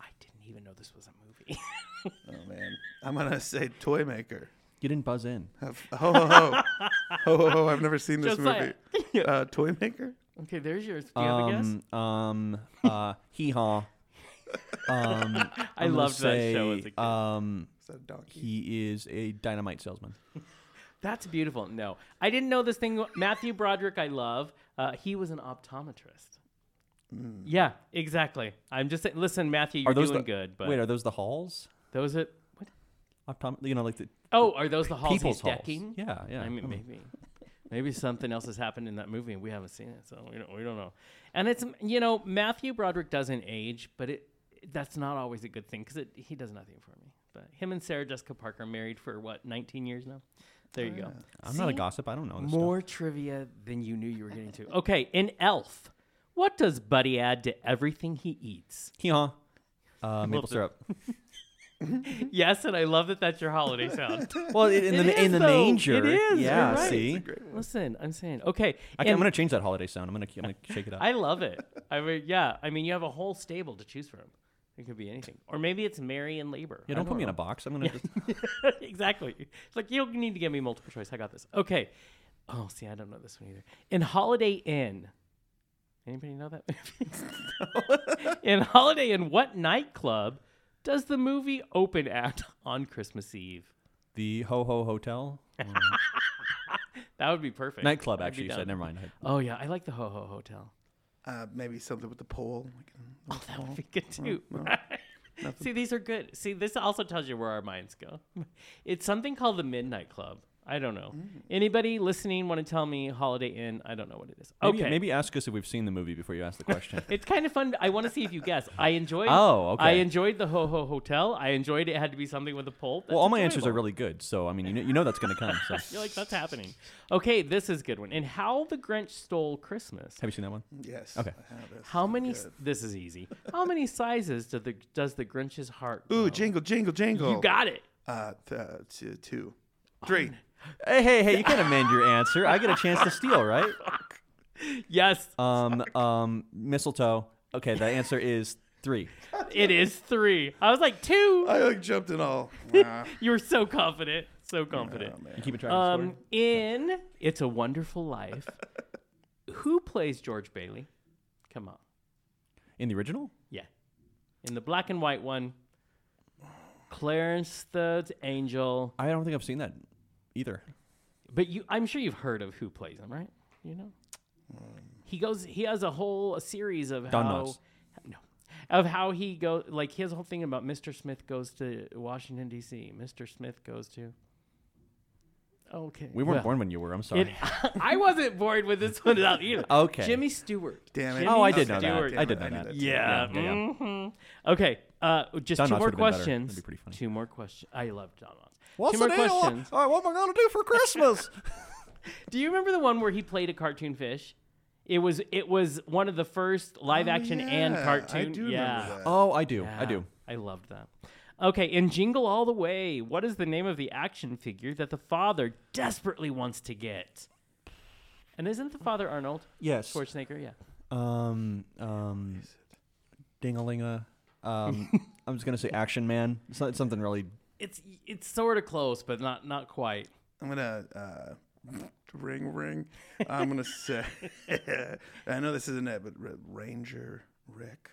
I didn't even know this was a movie. (laughs) oh man, I'm gonna say toy maker. (laughs) you didn't buzz in. Ho ho ho, ho ho ho! I've never seen this Josiah. (laughs) movie. Uh, toy maker. okay, there's yours. (laughs) Do you have a guess? Um. Uh. (laughs) Hee haw. Um. I I'm gonna loved that show as say, a kid. Um. Is that a donkey? He is a dynamite salesman. That's beautiful. No, I didn't know this thing. Matthew Broderick, I love. Uh, he was an optometrist. Yeah, exactly. I'm just saying, listen, Matthew, you're Hmm. Are those doing the, good, but wait? Are those the halls? those are what? Optom- you know, like the Oh, are those the halls he's people's halls. decking? Yeah. Yeah. Mm-hmm. I mean, maybe, maybe something else has happened in that movie and we haven't seen it, so we don't, we don't know. And it's you know Matthew Broderick doesn't age, but it that's not always a good thing because he does nothing for me. But him and Sarah Jessica Parker married for what 19 years now. There you go. I'm not a See? gossip. I don't know this stuff. More trivia than you knew you were getting to. Okay, in Elf, what does Buddy add to everything he eats? (laughs) Hee haw. Uh, maple it. (laughs) syrup. Yes, and I love that that's your holiday sound. Well, in, in It the is, in the though. manger. It is, Yeah. you're right. See. Listen, I'm saying okay. I can, I'm in- gonna change that holiday sound. I'm gonna I'm gonna shake it up. (laughs) I love it. I mean, yeah. I mean, you have a whole stable to choose from. It could be anything, or maybe it's Mary and labor. yeah, don't put me in a box. I'm gonna. Just, a. (laughs) exactly. It's like you don't need to give me multiple choice. I got this. Okay. Oh, see, I don't know this one either. In Holiday Inn. Anybody know that? (laughs) (laughs) in Holiday Inn, what nightclub does the movie open at on Christmas Eve? the Ho Ho Hotel That would be perfect. nightclub. I'd be Actually, you down. said never mind. I- Oh yeah, I like the Ho Ho Hotel. Uh, maybe something with the pole. Like, uh, Oh, that would be good too. (laughs) See, these are good. See, this also tells you where our minds go. (laughs) It's something called the Midnight Club. I don't know. Mm. Anybody listening want to tell me Holiday Inn? I don't know what it is. Maybe, okay. maybe ask us if we've seen the movie before you ask (laughs) the question. It's kind of fun. I want to see if you (laughs) guess. I enjoyed. Oh, okay. I enjoyed the Ho Ho Hotel. I enjoyed it. Had to be something with a pole. well, all my answers are really. really good, so I mean, you know, you know that's gonna come. (laughs) So. You're like that's happening. Okay, this is a good one. And How the Grinch Stole Christmas. Have you seen that one? yes. Okay. I have this. How many? This is easy. How many sizes do the does the Grinch's heart? Ooh, grow? jingle, jingle, jingle. Oh. You got Oh, it. uh, th- uh, two, two, three. Hey, hey, hey! You can amend your answer. I get a chance to steal, right? Yes. Um, um, mistletoe. Okay, the answer is three. It is three. I was like two. I like jumped (laughs) in all. Nah. You were so confident, so confident. You keep track of Um, the score. in It's a Wonderful Life, who plays George Bailey? Come on, In the original, yeah. In the black and white one, Clarence the Angel. I don't think I've seen that either. But you, I'm sure you've heard of who plays him, right? You know, he goes. He has a whole a series of Don how. Knotts. No. Of how he goes, like his whole thing about Mr. Smith goes to Washington D.C. Mr. Smith goes to. Okay. We weren't well, born when you were. I'm (laughs) sorry. It, (laughs) I wasn't born with this one out either. Okay. Jimmy Stewart. Damn it. Jimmy oh, I did know Stewart. that. I did know I knew that. that. Yeah. Yeah, yeah, mhm. Okay. Uh, just Don two Knotts more would've been better. That'd questions. be pretty funny. Two more questions. I love Don Knotts. two more deal? questions. All right, what am I gonna do for (laughs) Christmas? Do you remember the one where he played a cartoon fish? It was it was one of the first live Oh, action and yeah, cartoon. I do remember yeah. that. oh, I do. I Yeah, do. I loved that. Okay, in Jingle All the Way, what is the name of the action figure that the father desperately wants to get? And isn't the father Arnold Yes. Schwarzenegger? Yeah. Um, um, dingalinga. (laughs) Um, I'm just gonna say Action Man. It's not it's something really. It's it's sort of close, but not not quite. (laughs) I'm gonna uh, (laughs) ring ring. I'm gonna say. (laughs) I know this isn't it, but R- Ranger Rick.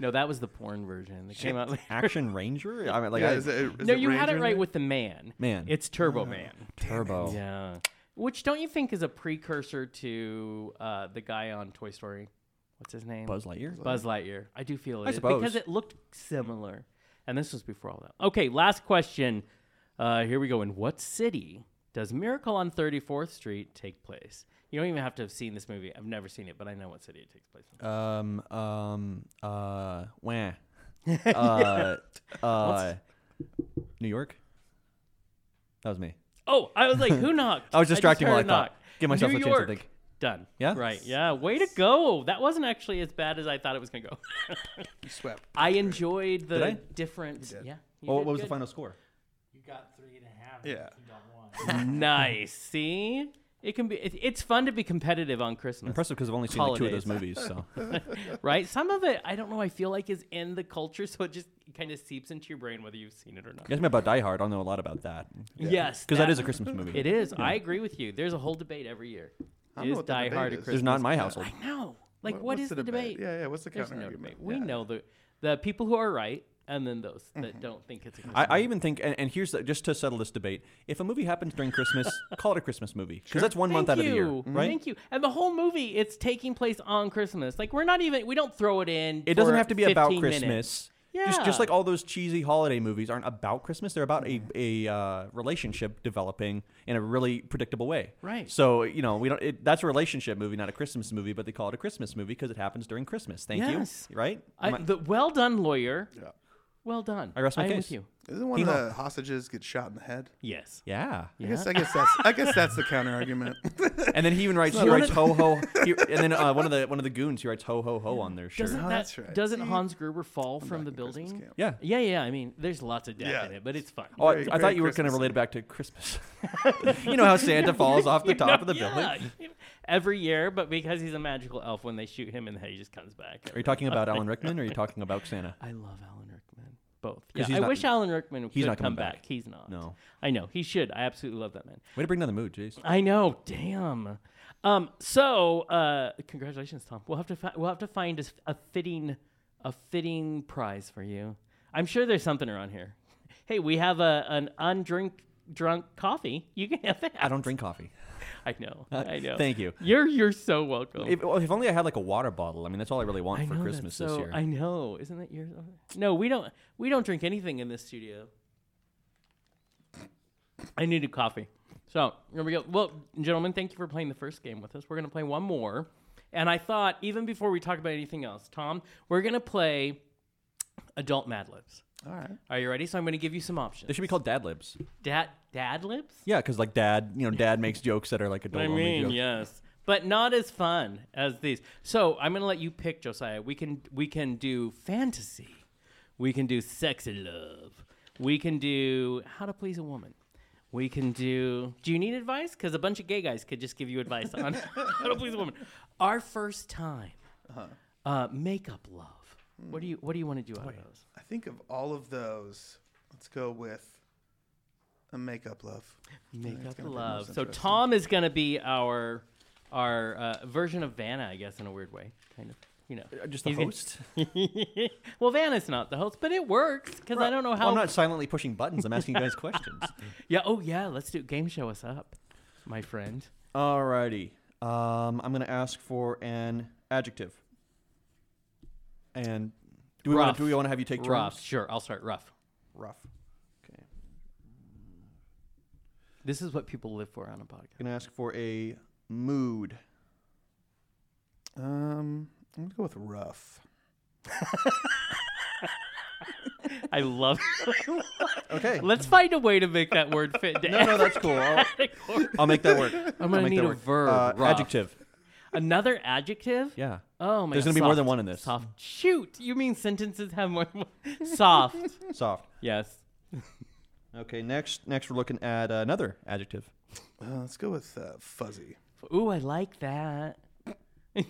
no, that was the porn version that came out later. Action Ranger. I mean, like I, is it- is no, it you had Ranger it in right there? with the man. Man. It's Ah. Turbo Man. Turbo. Yeah. Which don't you think is a precursor to uh, the guy on Toy Story? What's his name? Buzz Lightyear. Buzz Lightyear. I do feel it I is, because suppose. it looked similar, and this was before all that. Okay, last question. Uh, here we go. In what city does Miracle on Thirty Fourth Street take place? You don't even have to have seen this movie. I've never seen it, but I know what city it takes place in. Um. Um. Uh. (laughs) Wah. uh. uh New York. That was me. Oh, I was like, (laughs) who knocked? I was distracting just while heard I thought. knock. Give myself New a chance to York. think. Done. Yeah? Right. Yeah. Way to go. That wasn't actually as bad as I thought it was gonna go. You swept. I enjoyed the Did I? different. Yeah. you Oh, did what was the good. final score? You got three and a half. Yeah. You got one. (laughs) nice. See, it can be. It, it's fun to be competitive on Christmas, Impressive because I've only seen like two of those movies. So right? Some of it, I don't know. I feel like is in the culture, so it just kind of seeps into your brain whether you've seen it or not. you asked me about Die Hard. I know a lot about that Yes, because that is a Christmas movie. It is. I agree with you. There's a whole debate every year. I don't know Is what the Die debate Hard a is. Christmas? There's not in my household. I know. Like, What- what what's is the debate? Yeah, yeah. What's the There's counter no argument? debate. We know the the people who are right, and then those Mm-hmm. that don't think it's a Christmas. I, I even think, and, and here's the, just to settle this debate: if a movie happens during Christmas, (laughs) call it a Christmas movie because that's one month out of the year, you. right? Thank you. And the whole movie, it's taking place on Christmas. Like we're not even we don't throw it in. It doesn't for have to be about 15 Christmas. minutes. Just, Yeah. just like all those cheesy holiday movies aren't about Christmas; they're about a, a uh, relationship developing in a really predictable way. Right. So you know, we don't. It, that's a relationship movie, not a Christmas movie, but they call it a Christmas movie because it happens during Christmas. Thank Yes. you. Right. Am I, I- the well done lawyer. Yeah. Well done. I rest my I'm case. with you. Isn't one Penal. of the hostages get shot in the head? Yes. yeah. I guess. I guess that's. I guess that's the counter argument. And then he even writes, he writes ho ho, (laughs) he, and then uh, one of the one of the goons he writes ho ho ho on their shirt. Doesn't that Oh, that's right. doesn't See? Hans Gruber fall (laughs) from the back in Christmas building? camp. yeah. Yeah, yeah. I mean, there's lots of death Yeah. in it, but it's fun. Oh, I, Very- I very thought you were going to Christmas relate it back (laughs) to Christmas. you know how Santa falls off the (laughs) top of the building. yeah. (laughs) Every year, but because he's a magical elf, when they shoot him in the head, he just comes back. Are you talking about Alan Rickman or are you talking about Santa? I love Alan Rickman. Both. Yeah, he's I not- wish Alan Rickman he's could not come coming back. back. He's not. No. I know. He should. I absolutely love that man. Way to bring down the mood, jeez. I know. Damn. Um. So, uh, congratulations, Tom. We'll have to fi- we'll have to find a, s- a fitting a fitting prize for you. I'm sure there's something around here. Hey, we have a an undrink drunk coffee. You can have that. I don't drink coffee. (laughs) I know. I know. Thank you. You're you're so welcome. If, well, if only I had like a water bottle. I mean, that's all I really want I for know, that's Christmas this so- year. I know. Isn't that yours? No, we don't. We don't drink anything in this studio. I needed coffee. So here we go. Well, gentlemen, thank you for playing the first game with us. We're gonna play one more, and I thought even before we talk about anything else, Tom, we're gonna play adult Mad Libs. All right. Are you ready? So I'm gonna give you some They options. should be called dad libs. Dad, dad libs. Yeah, because like dad, you know, dad makes jokes that are like adult I only mean, jokes. yes, but not as fun as these. So I'm gonna let you pick, Josiah. We can we can do fantasy, we can do sex and love, we can do how to please a woman. We can do. Do you need advice? Because a bunch of gay guys could just give you advice on (laughs) how to please a woman. Our first time, uh makeup love. What do you What do you want to do out of those? I think of all of those. Let's go with a makeup love. Makeup gonna be love. most So interesting. Tom is gonna be our our uh, version of Vanna, I guess, in a weird way, kind of. You know, Uh, Just the He's gonna- (laughs) host. well, Vanna's not the host, but it works because I don't know how. I'm not silently pushing buttons. I'm asking you (laughs) guys questions. Yeah. Oh, yeah. Let's do game show us up, my friend. Alrighty. Um, I'm gonna ask for an adjective. And do we want Rough. do we want to have you take rough. turns? Sure. I'll start rough. Rough. Okay. This is what people live for on a podcast. Gonna ask for a mood. Um, I'm gonna go with rough. I love. Okay. (laughs) Let's find a way to make that word fit. into (laughs) no, no, that's cool. I'll, every category. I'll make that work. I'm gonna I'll make need that a work. verb. Uh, rough. Adjective. Another adjective. Yeah. Oh my. There's God, gonna be more soft, than one in this. Soft. Shoot. You mean sentences have more? than (laughs) one- soft. Soft. yes. Okay. Next, next we're looking at another adjective. Uh, let's go with uh, fuzzy. Ooh, I like that. (laughs) I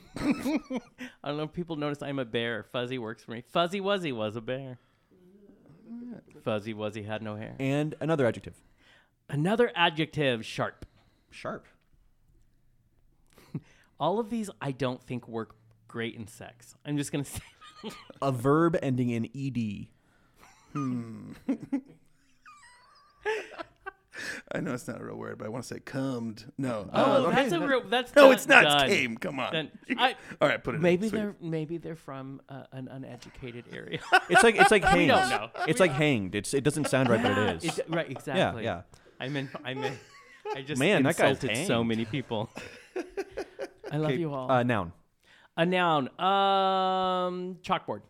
don't know if people notice I'm a bear. Fuzzy works for me. Fuzzy Wuzzy was a bear. Fuzzy Wuzzy had no hair. And another adjective. Another adjective, sharp. Sharp. All of these I don't think work great in sex. I'm just going to (laughs) say A verb ending in E ed. I know it's not a real word, but I want to say cummed. No. Oh, uh, that's a real. That's no, it's not done. came. Come on. Done. You- I- all right, put it. Maybe in. Sweet. they're maybe they're from uh, an uneducated (laughs) area. It's like (laughs) it's like hanged. don't know. It's like hanged. It's it doesn't sound right, but it is. It- right, exactly. yeah. I'm in. I'm in. I (laughs) just Man, that guy's insulted so hanged. many (laughs) people. I love you all. Uh, noun. A noun. Um, chalkboard.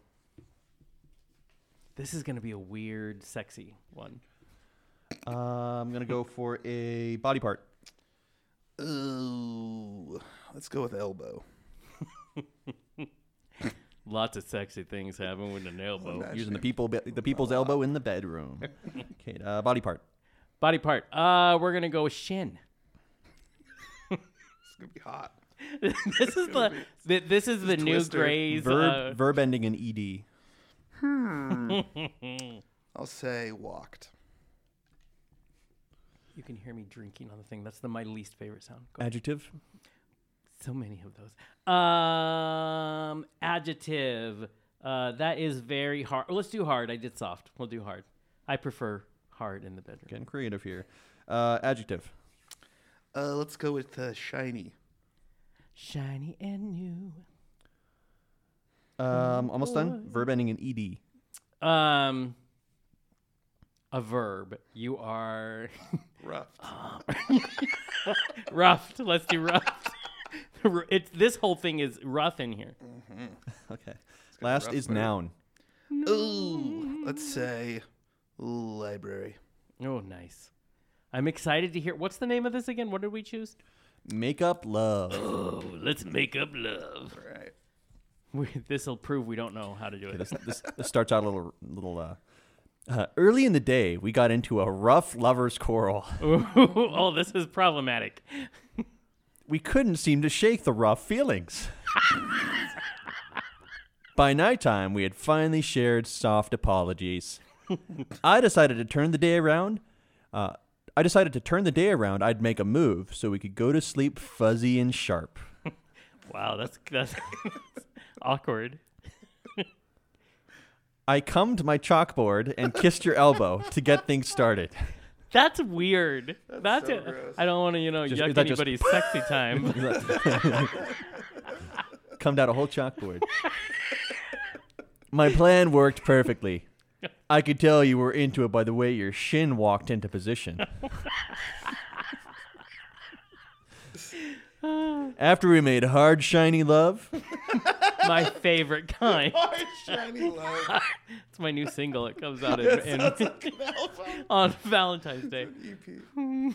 This is gonna be a weird, sexy one. Uh, I'm gonna go for a body part. Ooh, let's go with elbow. Lots of sexy things happen with an elbow. Using the people the people's elbow in the bedroom. (laughs) Okay. Uh, body part. Body part. Uh, we're gonna go with shin. (laughs) It's gonna be hot. this is the th- this is the new Twister. craze. uh, Verb verb ending in E ed. I'll say walked. you can hear me drinking on the thing. That's the my least favorite sound. Go- Adjective. So many of those. Um, adjective. Uh, that is very hard. Let's do hard. I did soft. We'll do hard. I prefer hard in the bedroom. Getting creative here. Uh, adjective. Uh, let's go with uh, shiny. Shiny and new. Um, almost done. Verb ending in E ed. Um, a verb. You are (laughs) Rough. roughed. Let's do roughed. (laughs) it's this whole thing is rough in here. Okay. Last rough is verb. noun. Ooh, let's say library. Oh, nice. I'm excited to hear. What's the name of this again? What did we choose? Make up (coughs) love. Oh, let's make up (laughs) love. All (laughs) right. This will prove we don't know how to do it. this, this, this starts out a little little. Uh, uh, early in the day, we got into a rough lovers' quarrel. (laughs) oh, this is problematic. We couldn't seem to shake the rough feelings. By nighttime, we had finally shared soft apologies. I decided to turn the day around. Uh, I decided to turn the day around. I'd make a move so we could go to sleep fuzzy and sharp. Wow, that's that's (laughs) awkward. I come to my chalkboard and kissed your elbow to get things started. That's weird. That's, so it. gross. I don't want to, you know, Just- yuck is that just- anybody's (laughs) sexy time. Come out a whole chalkboard. My plan worked perfectly. I could tell you were into it by the way your shin walked into position. After we made hard, shiny love, my favorite kind. shiny love. It's my new single. It comes (laughs) out in, in, (laughs) on Valentine's Day.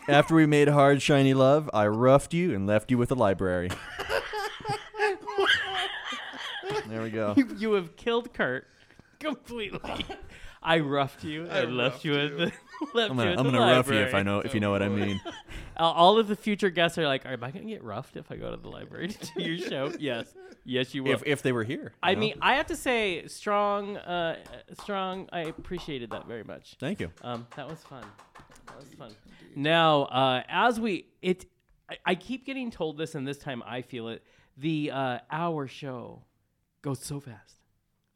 after we made hard, shiny love, I roughed you and left you with a library. there we go. You have killed Kurt (laughs) completely. I roughed you. I, left you at the (laughs) left I'm you gonna, at I'm the gonna rough you if I library. know if you know what I mean. Uh, All of the future guests are like, "Am I gonna get roughed if I go to the library to do your (laughs) show?" Yes, yes, you will. If if they were here, I you know? mean, I have to say, strong, uh, strong. I appreciated that very much. thank you. Um, that was fun. That was fun. Now, uh, as we it, I, I keep getting told this, and this time I feel it. The uh, hour show goes so fast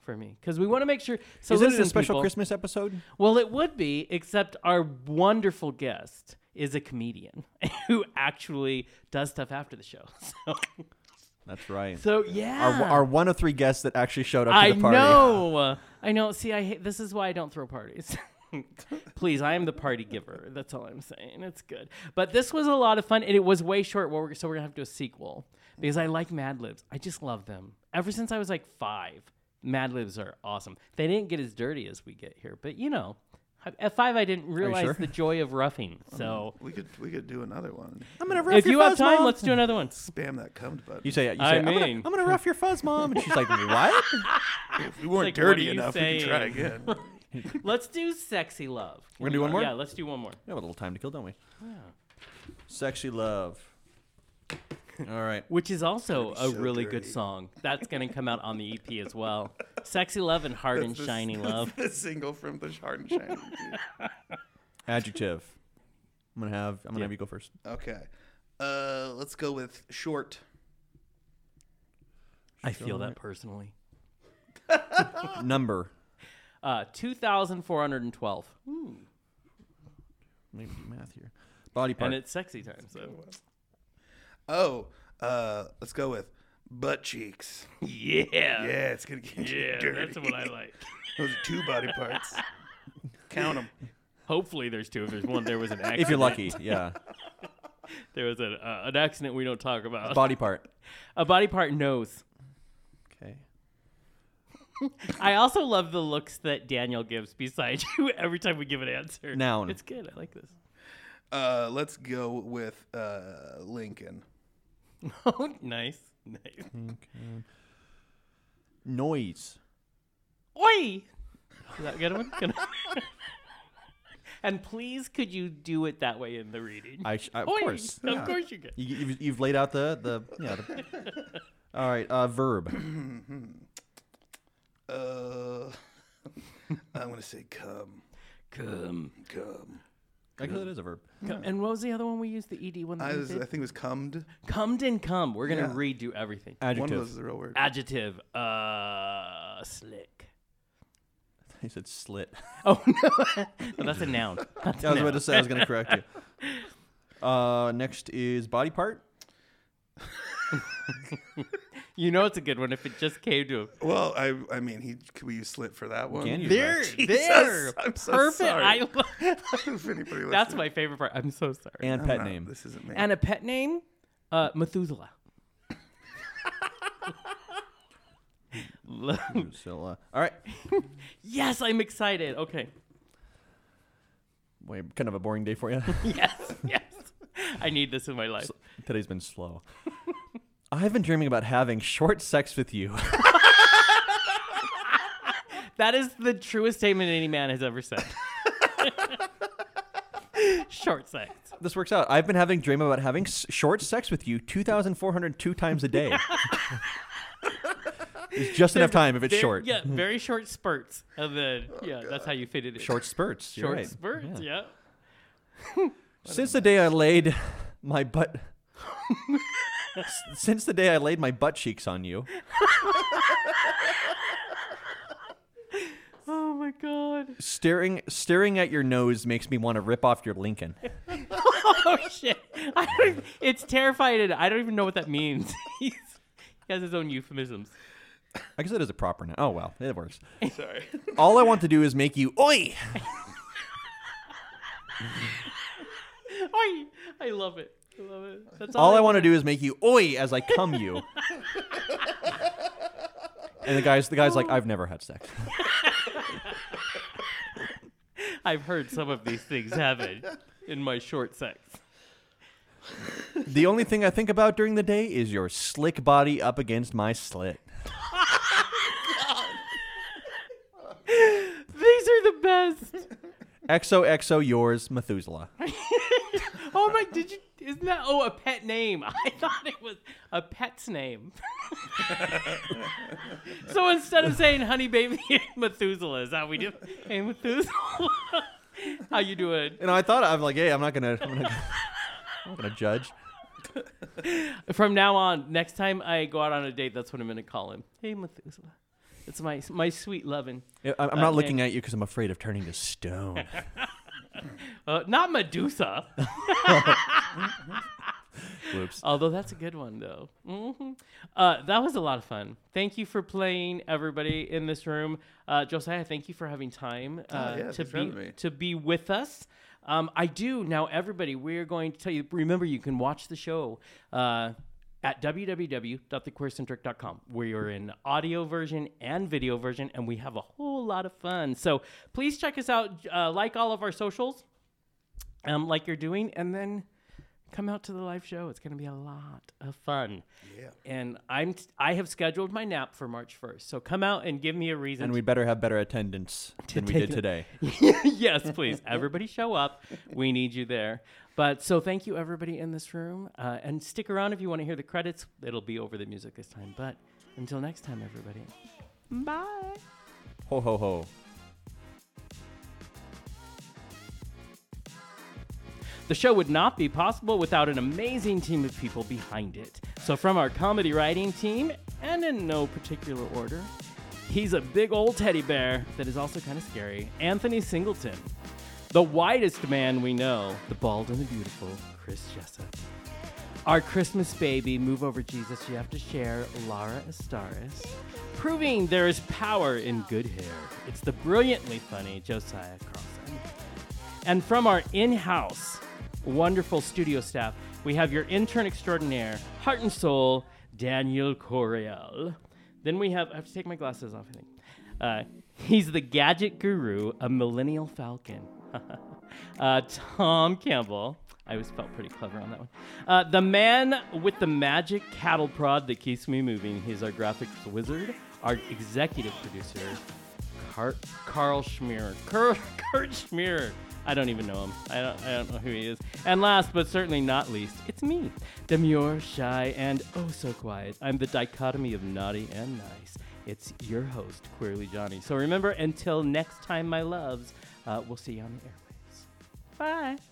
for me because we want to make sure. So Isn't it listen, a special people- Christmas episode? well, it would be, except our wonderful guest is a comedian (laughs) who actually does stuff after the show. (laughs) So, That's right. so yeah, our, our one of three guests that actually showed up I to the party. know. I know. See, I hate, this is why I don't throw parties. (laughs) Please, I am the party giver. That's all I'm saying. It's good. But this was a lot of fun, and it was way short, we're- so we're going to have to do a sequel because I like Mad Libs. I just love them. Ever since I was like five, Mad Libs are awesome. They didn't get as dirty as we get here, but you know, I- at five, I didn't realize sure? Oh. the joy of roughing. So We could we could do another one. I'm gonna rough if your you have fuzz, time, Mom. let's do another one. Spam that cum button. You say, you say I I'm, gonna, mean- I'm gonna rough your fuzz, mom, and (laughs) she's like, what? if we weren't like, what dirty are you enough, we can try saying? again. (laughs) (laughs) Let's do sexy love. We're gonna do one more? Yeah, let's do one more. We have a little time to kill, don't we? Sexy love. All right. Which is also a so really good dirty. song. That's going to come out on the EP as (laughs) well. Sexy Love and Hard and This- Shiny this- (laughs) Love. this single from the Hard and (laughs) Shiny. dude. Adjective. I'm gonna have. I'm gonna have you go first. okay, uh, let's go with short. I feel that personally. Number. Uh, 2,412. Maybe do math here. Body part. And it's sexy time. So. Oh, uh, let's go with butt cheeks. (laughs) Yeah. Uh, Yeah, Yeah, it's gonna get you dirty. that's what I like. (laughs) Those are two body (laughs) parts. Count them. Hopefully there's two. If there's one, there was (laughs) an accident. (laughs) if you're lucky, yeah. There was an, uh, an accident we don't talk about. Body part. a body part nose. Okay. I also love the looks that Daniel gives beside (laughs) you every time we give an answer. Noun. It's good. I like this. (laughs) Uh, let's go with uh, Lincoln. Oh, nice. Nice. Noise. Oi! Is that a good one? Good one. (laughs) and please, could you do it that way in the reading? I, sh- I of Oi! course. Of course you can. You, you've, you've laid out the the yeah. The, all right. Uh, verb. Uh, I'm gonna say come, Come. come. Actually, that is a verb. And what was the other one we used? The ED one that I, we was, I did? think it was cummed. Come, didn't come. We're going to Yeah. Uh, redo everything. One of those Adjective. is the real word. Adjective. Uh, slick. He said slit. Oh, no. (laughs) no that's a noun. That's I a was about noun. to say. I was gonna correct you. Uh, next is body part. You know it's a good one if it just came to him. Well, I I mean, he could we use slit for that one? Can you? There, Jesus, there. I'm so Perfect. sorry. I lo- (laughs) (laughs) If anybody that's listening. my favorite part. I'm so sorry. And I'm pet not- name. This isn't me. And (laughs) a pet name? Uh, Methuselah. Lo- (laughs) Drusilla. uh, All right. yes, I'm excited. Okay. Wait, kind of a boring day for you. (laughs) Yes, yes. I need this in my life. Today's been slow. I've been dreaming about having short sex with you. (laughs) That is the truest statement any man has ever said. (laughs) Short sex. this works out. I've been having dream about having s- short sex with you 2,402 times a day. it's just enough time if it's Very- short. Oh, Yeah, (laughs) very short spurts. And then, yeah, that's how you fit it in. Short spurts. you're Short right. spurts, yeah. Since the day I laid (laughs) my butt. (laughs) S- Since the day I laid my butt cheeks on you, Oh my God. staring staring at your nose makes me want to rip off your Lincoln. (laughs) Oh shit! I don't, it's terrifying. And I don't even know what that means. (laughs) He's, he has his own euphemisms. I guess that is a proper noun. Oh well, it works. (laughs) Sorry. All I want to do is make you oi. Oi! I love it. I love it. That's all, All I want to do is make you oi as I cum you. and the guys, the guys, like I've never had sex. (laughs) I've heard some of these things happen in my short sex. The only thing I think about during the day is your slick body up against my slit. These are the best. XOXO, yours, Methuselah. (laughs) Oh my! Did you? Isn't that? Oh, a pet name. (laughs) I thought it was a pet's name. (laughs) so instead of saying "honey baby" (laughs) Methuselah, is that how we do? it? Hey Methuselah, (laughs) how you doing? And I thought I'm like, hey, I'm not gonna, I'm, gonna, I'm not gonna judge. From now on, next time I go out on a date, that's what I'm gonna call him. Hey, Methuselah. It's my my sweet lovin'. I- I'm not looking at you because I'm afraid of turning to stone. Uh, not Medusa. Whoops. Although that's a good one though. hmm Uh, that was a lot of fun. Thank you for playing, everybody in this room. Uh, Josiah, thank you for having time uh, Oh, yeah, to thanks for having be me. to be with us. Um, I do now, everybody. We're going to tell you. Remember, you can watch the show uh, at www.thequeercentric.com. We are in audio version and video version, and we have a whole lot of fun. So please check us out. Uh, like all of our socials, um, like you're doing, and then come out to the live show. It's going to be a lot of fun. Yeah. And I'm I have scheduled my nap for March 1st. So come out and give me a reason. And we better have better attendance than we take did it. today. (laughs) yes, please. Everybody show up. We need you there. But so thank you, everybody in this room. Uh, and stick around if you want to hear the credits. It'll be over the music this time. But until next time, everybody. Bye. Ho ho ho. The show would not be possible without an amazing team of people behind it. So, from our comedy writing team, and in no particular order, he's a big old teddy bear that is also kind of scary, Anthony Singleton. The widest man we know, the bald and the beautiful, Chris Jessup. Our Christmas baby, Move Over Jesus, you have to share, Lara Estaris. Proving there is power in good hair. It's the brilliantly funny Josiah Carlson. And from our in house, wonderful studio staff, we have your intern extraordinaire, heart and soul, Daniel Coriel. Then we have, I have to take my glasses off, I think. Uh, he's the gadget guru, a millennial falcon. (laughs) uh, Tom Campbell. I always felt pretty clever on that one. Uh, the man with the magic cattle prod that keeps me moving. He's our graphics wizard, our executive producer, Car- Carl Schmier. Kurt, (laughs) Kurt Schmier. I don't even know him. I don't, I don't know who he is. And last but certainly not least, it's me. Demure, shy, and oh so quiet. I'm the dichotomy of naughty and nice. It's your host, Queerly Johnny. So remember, until next time, my loves, uh, we'll see you on the airwaves. Bye.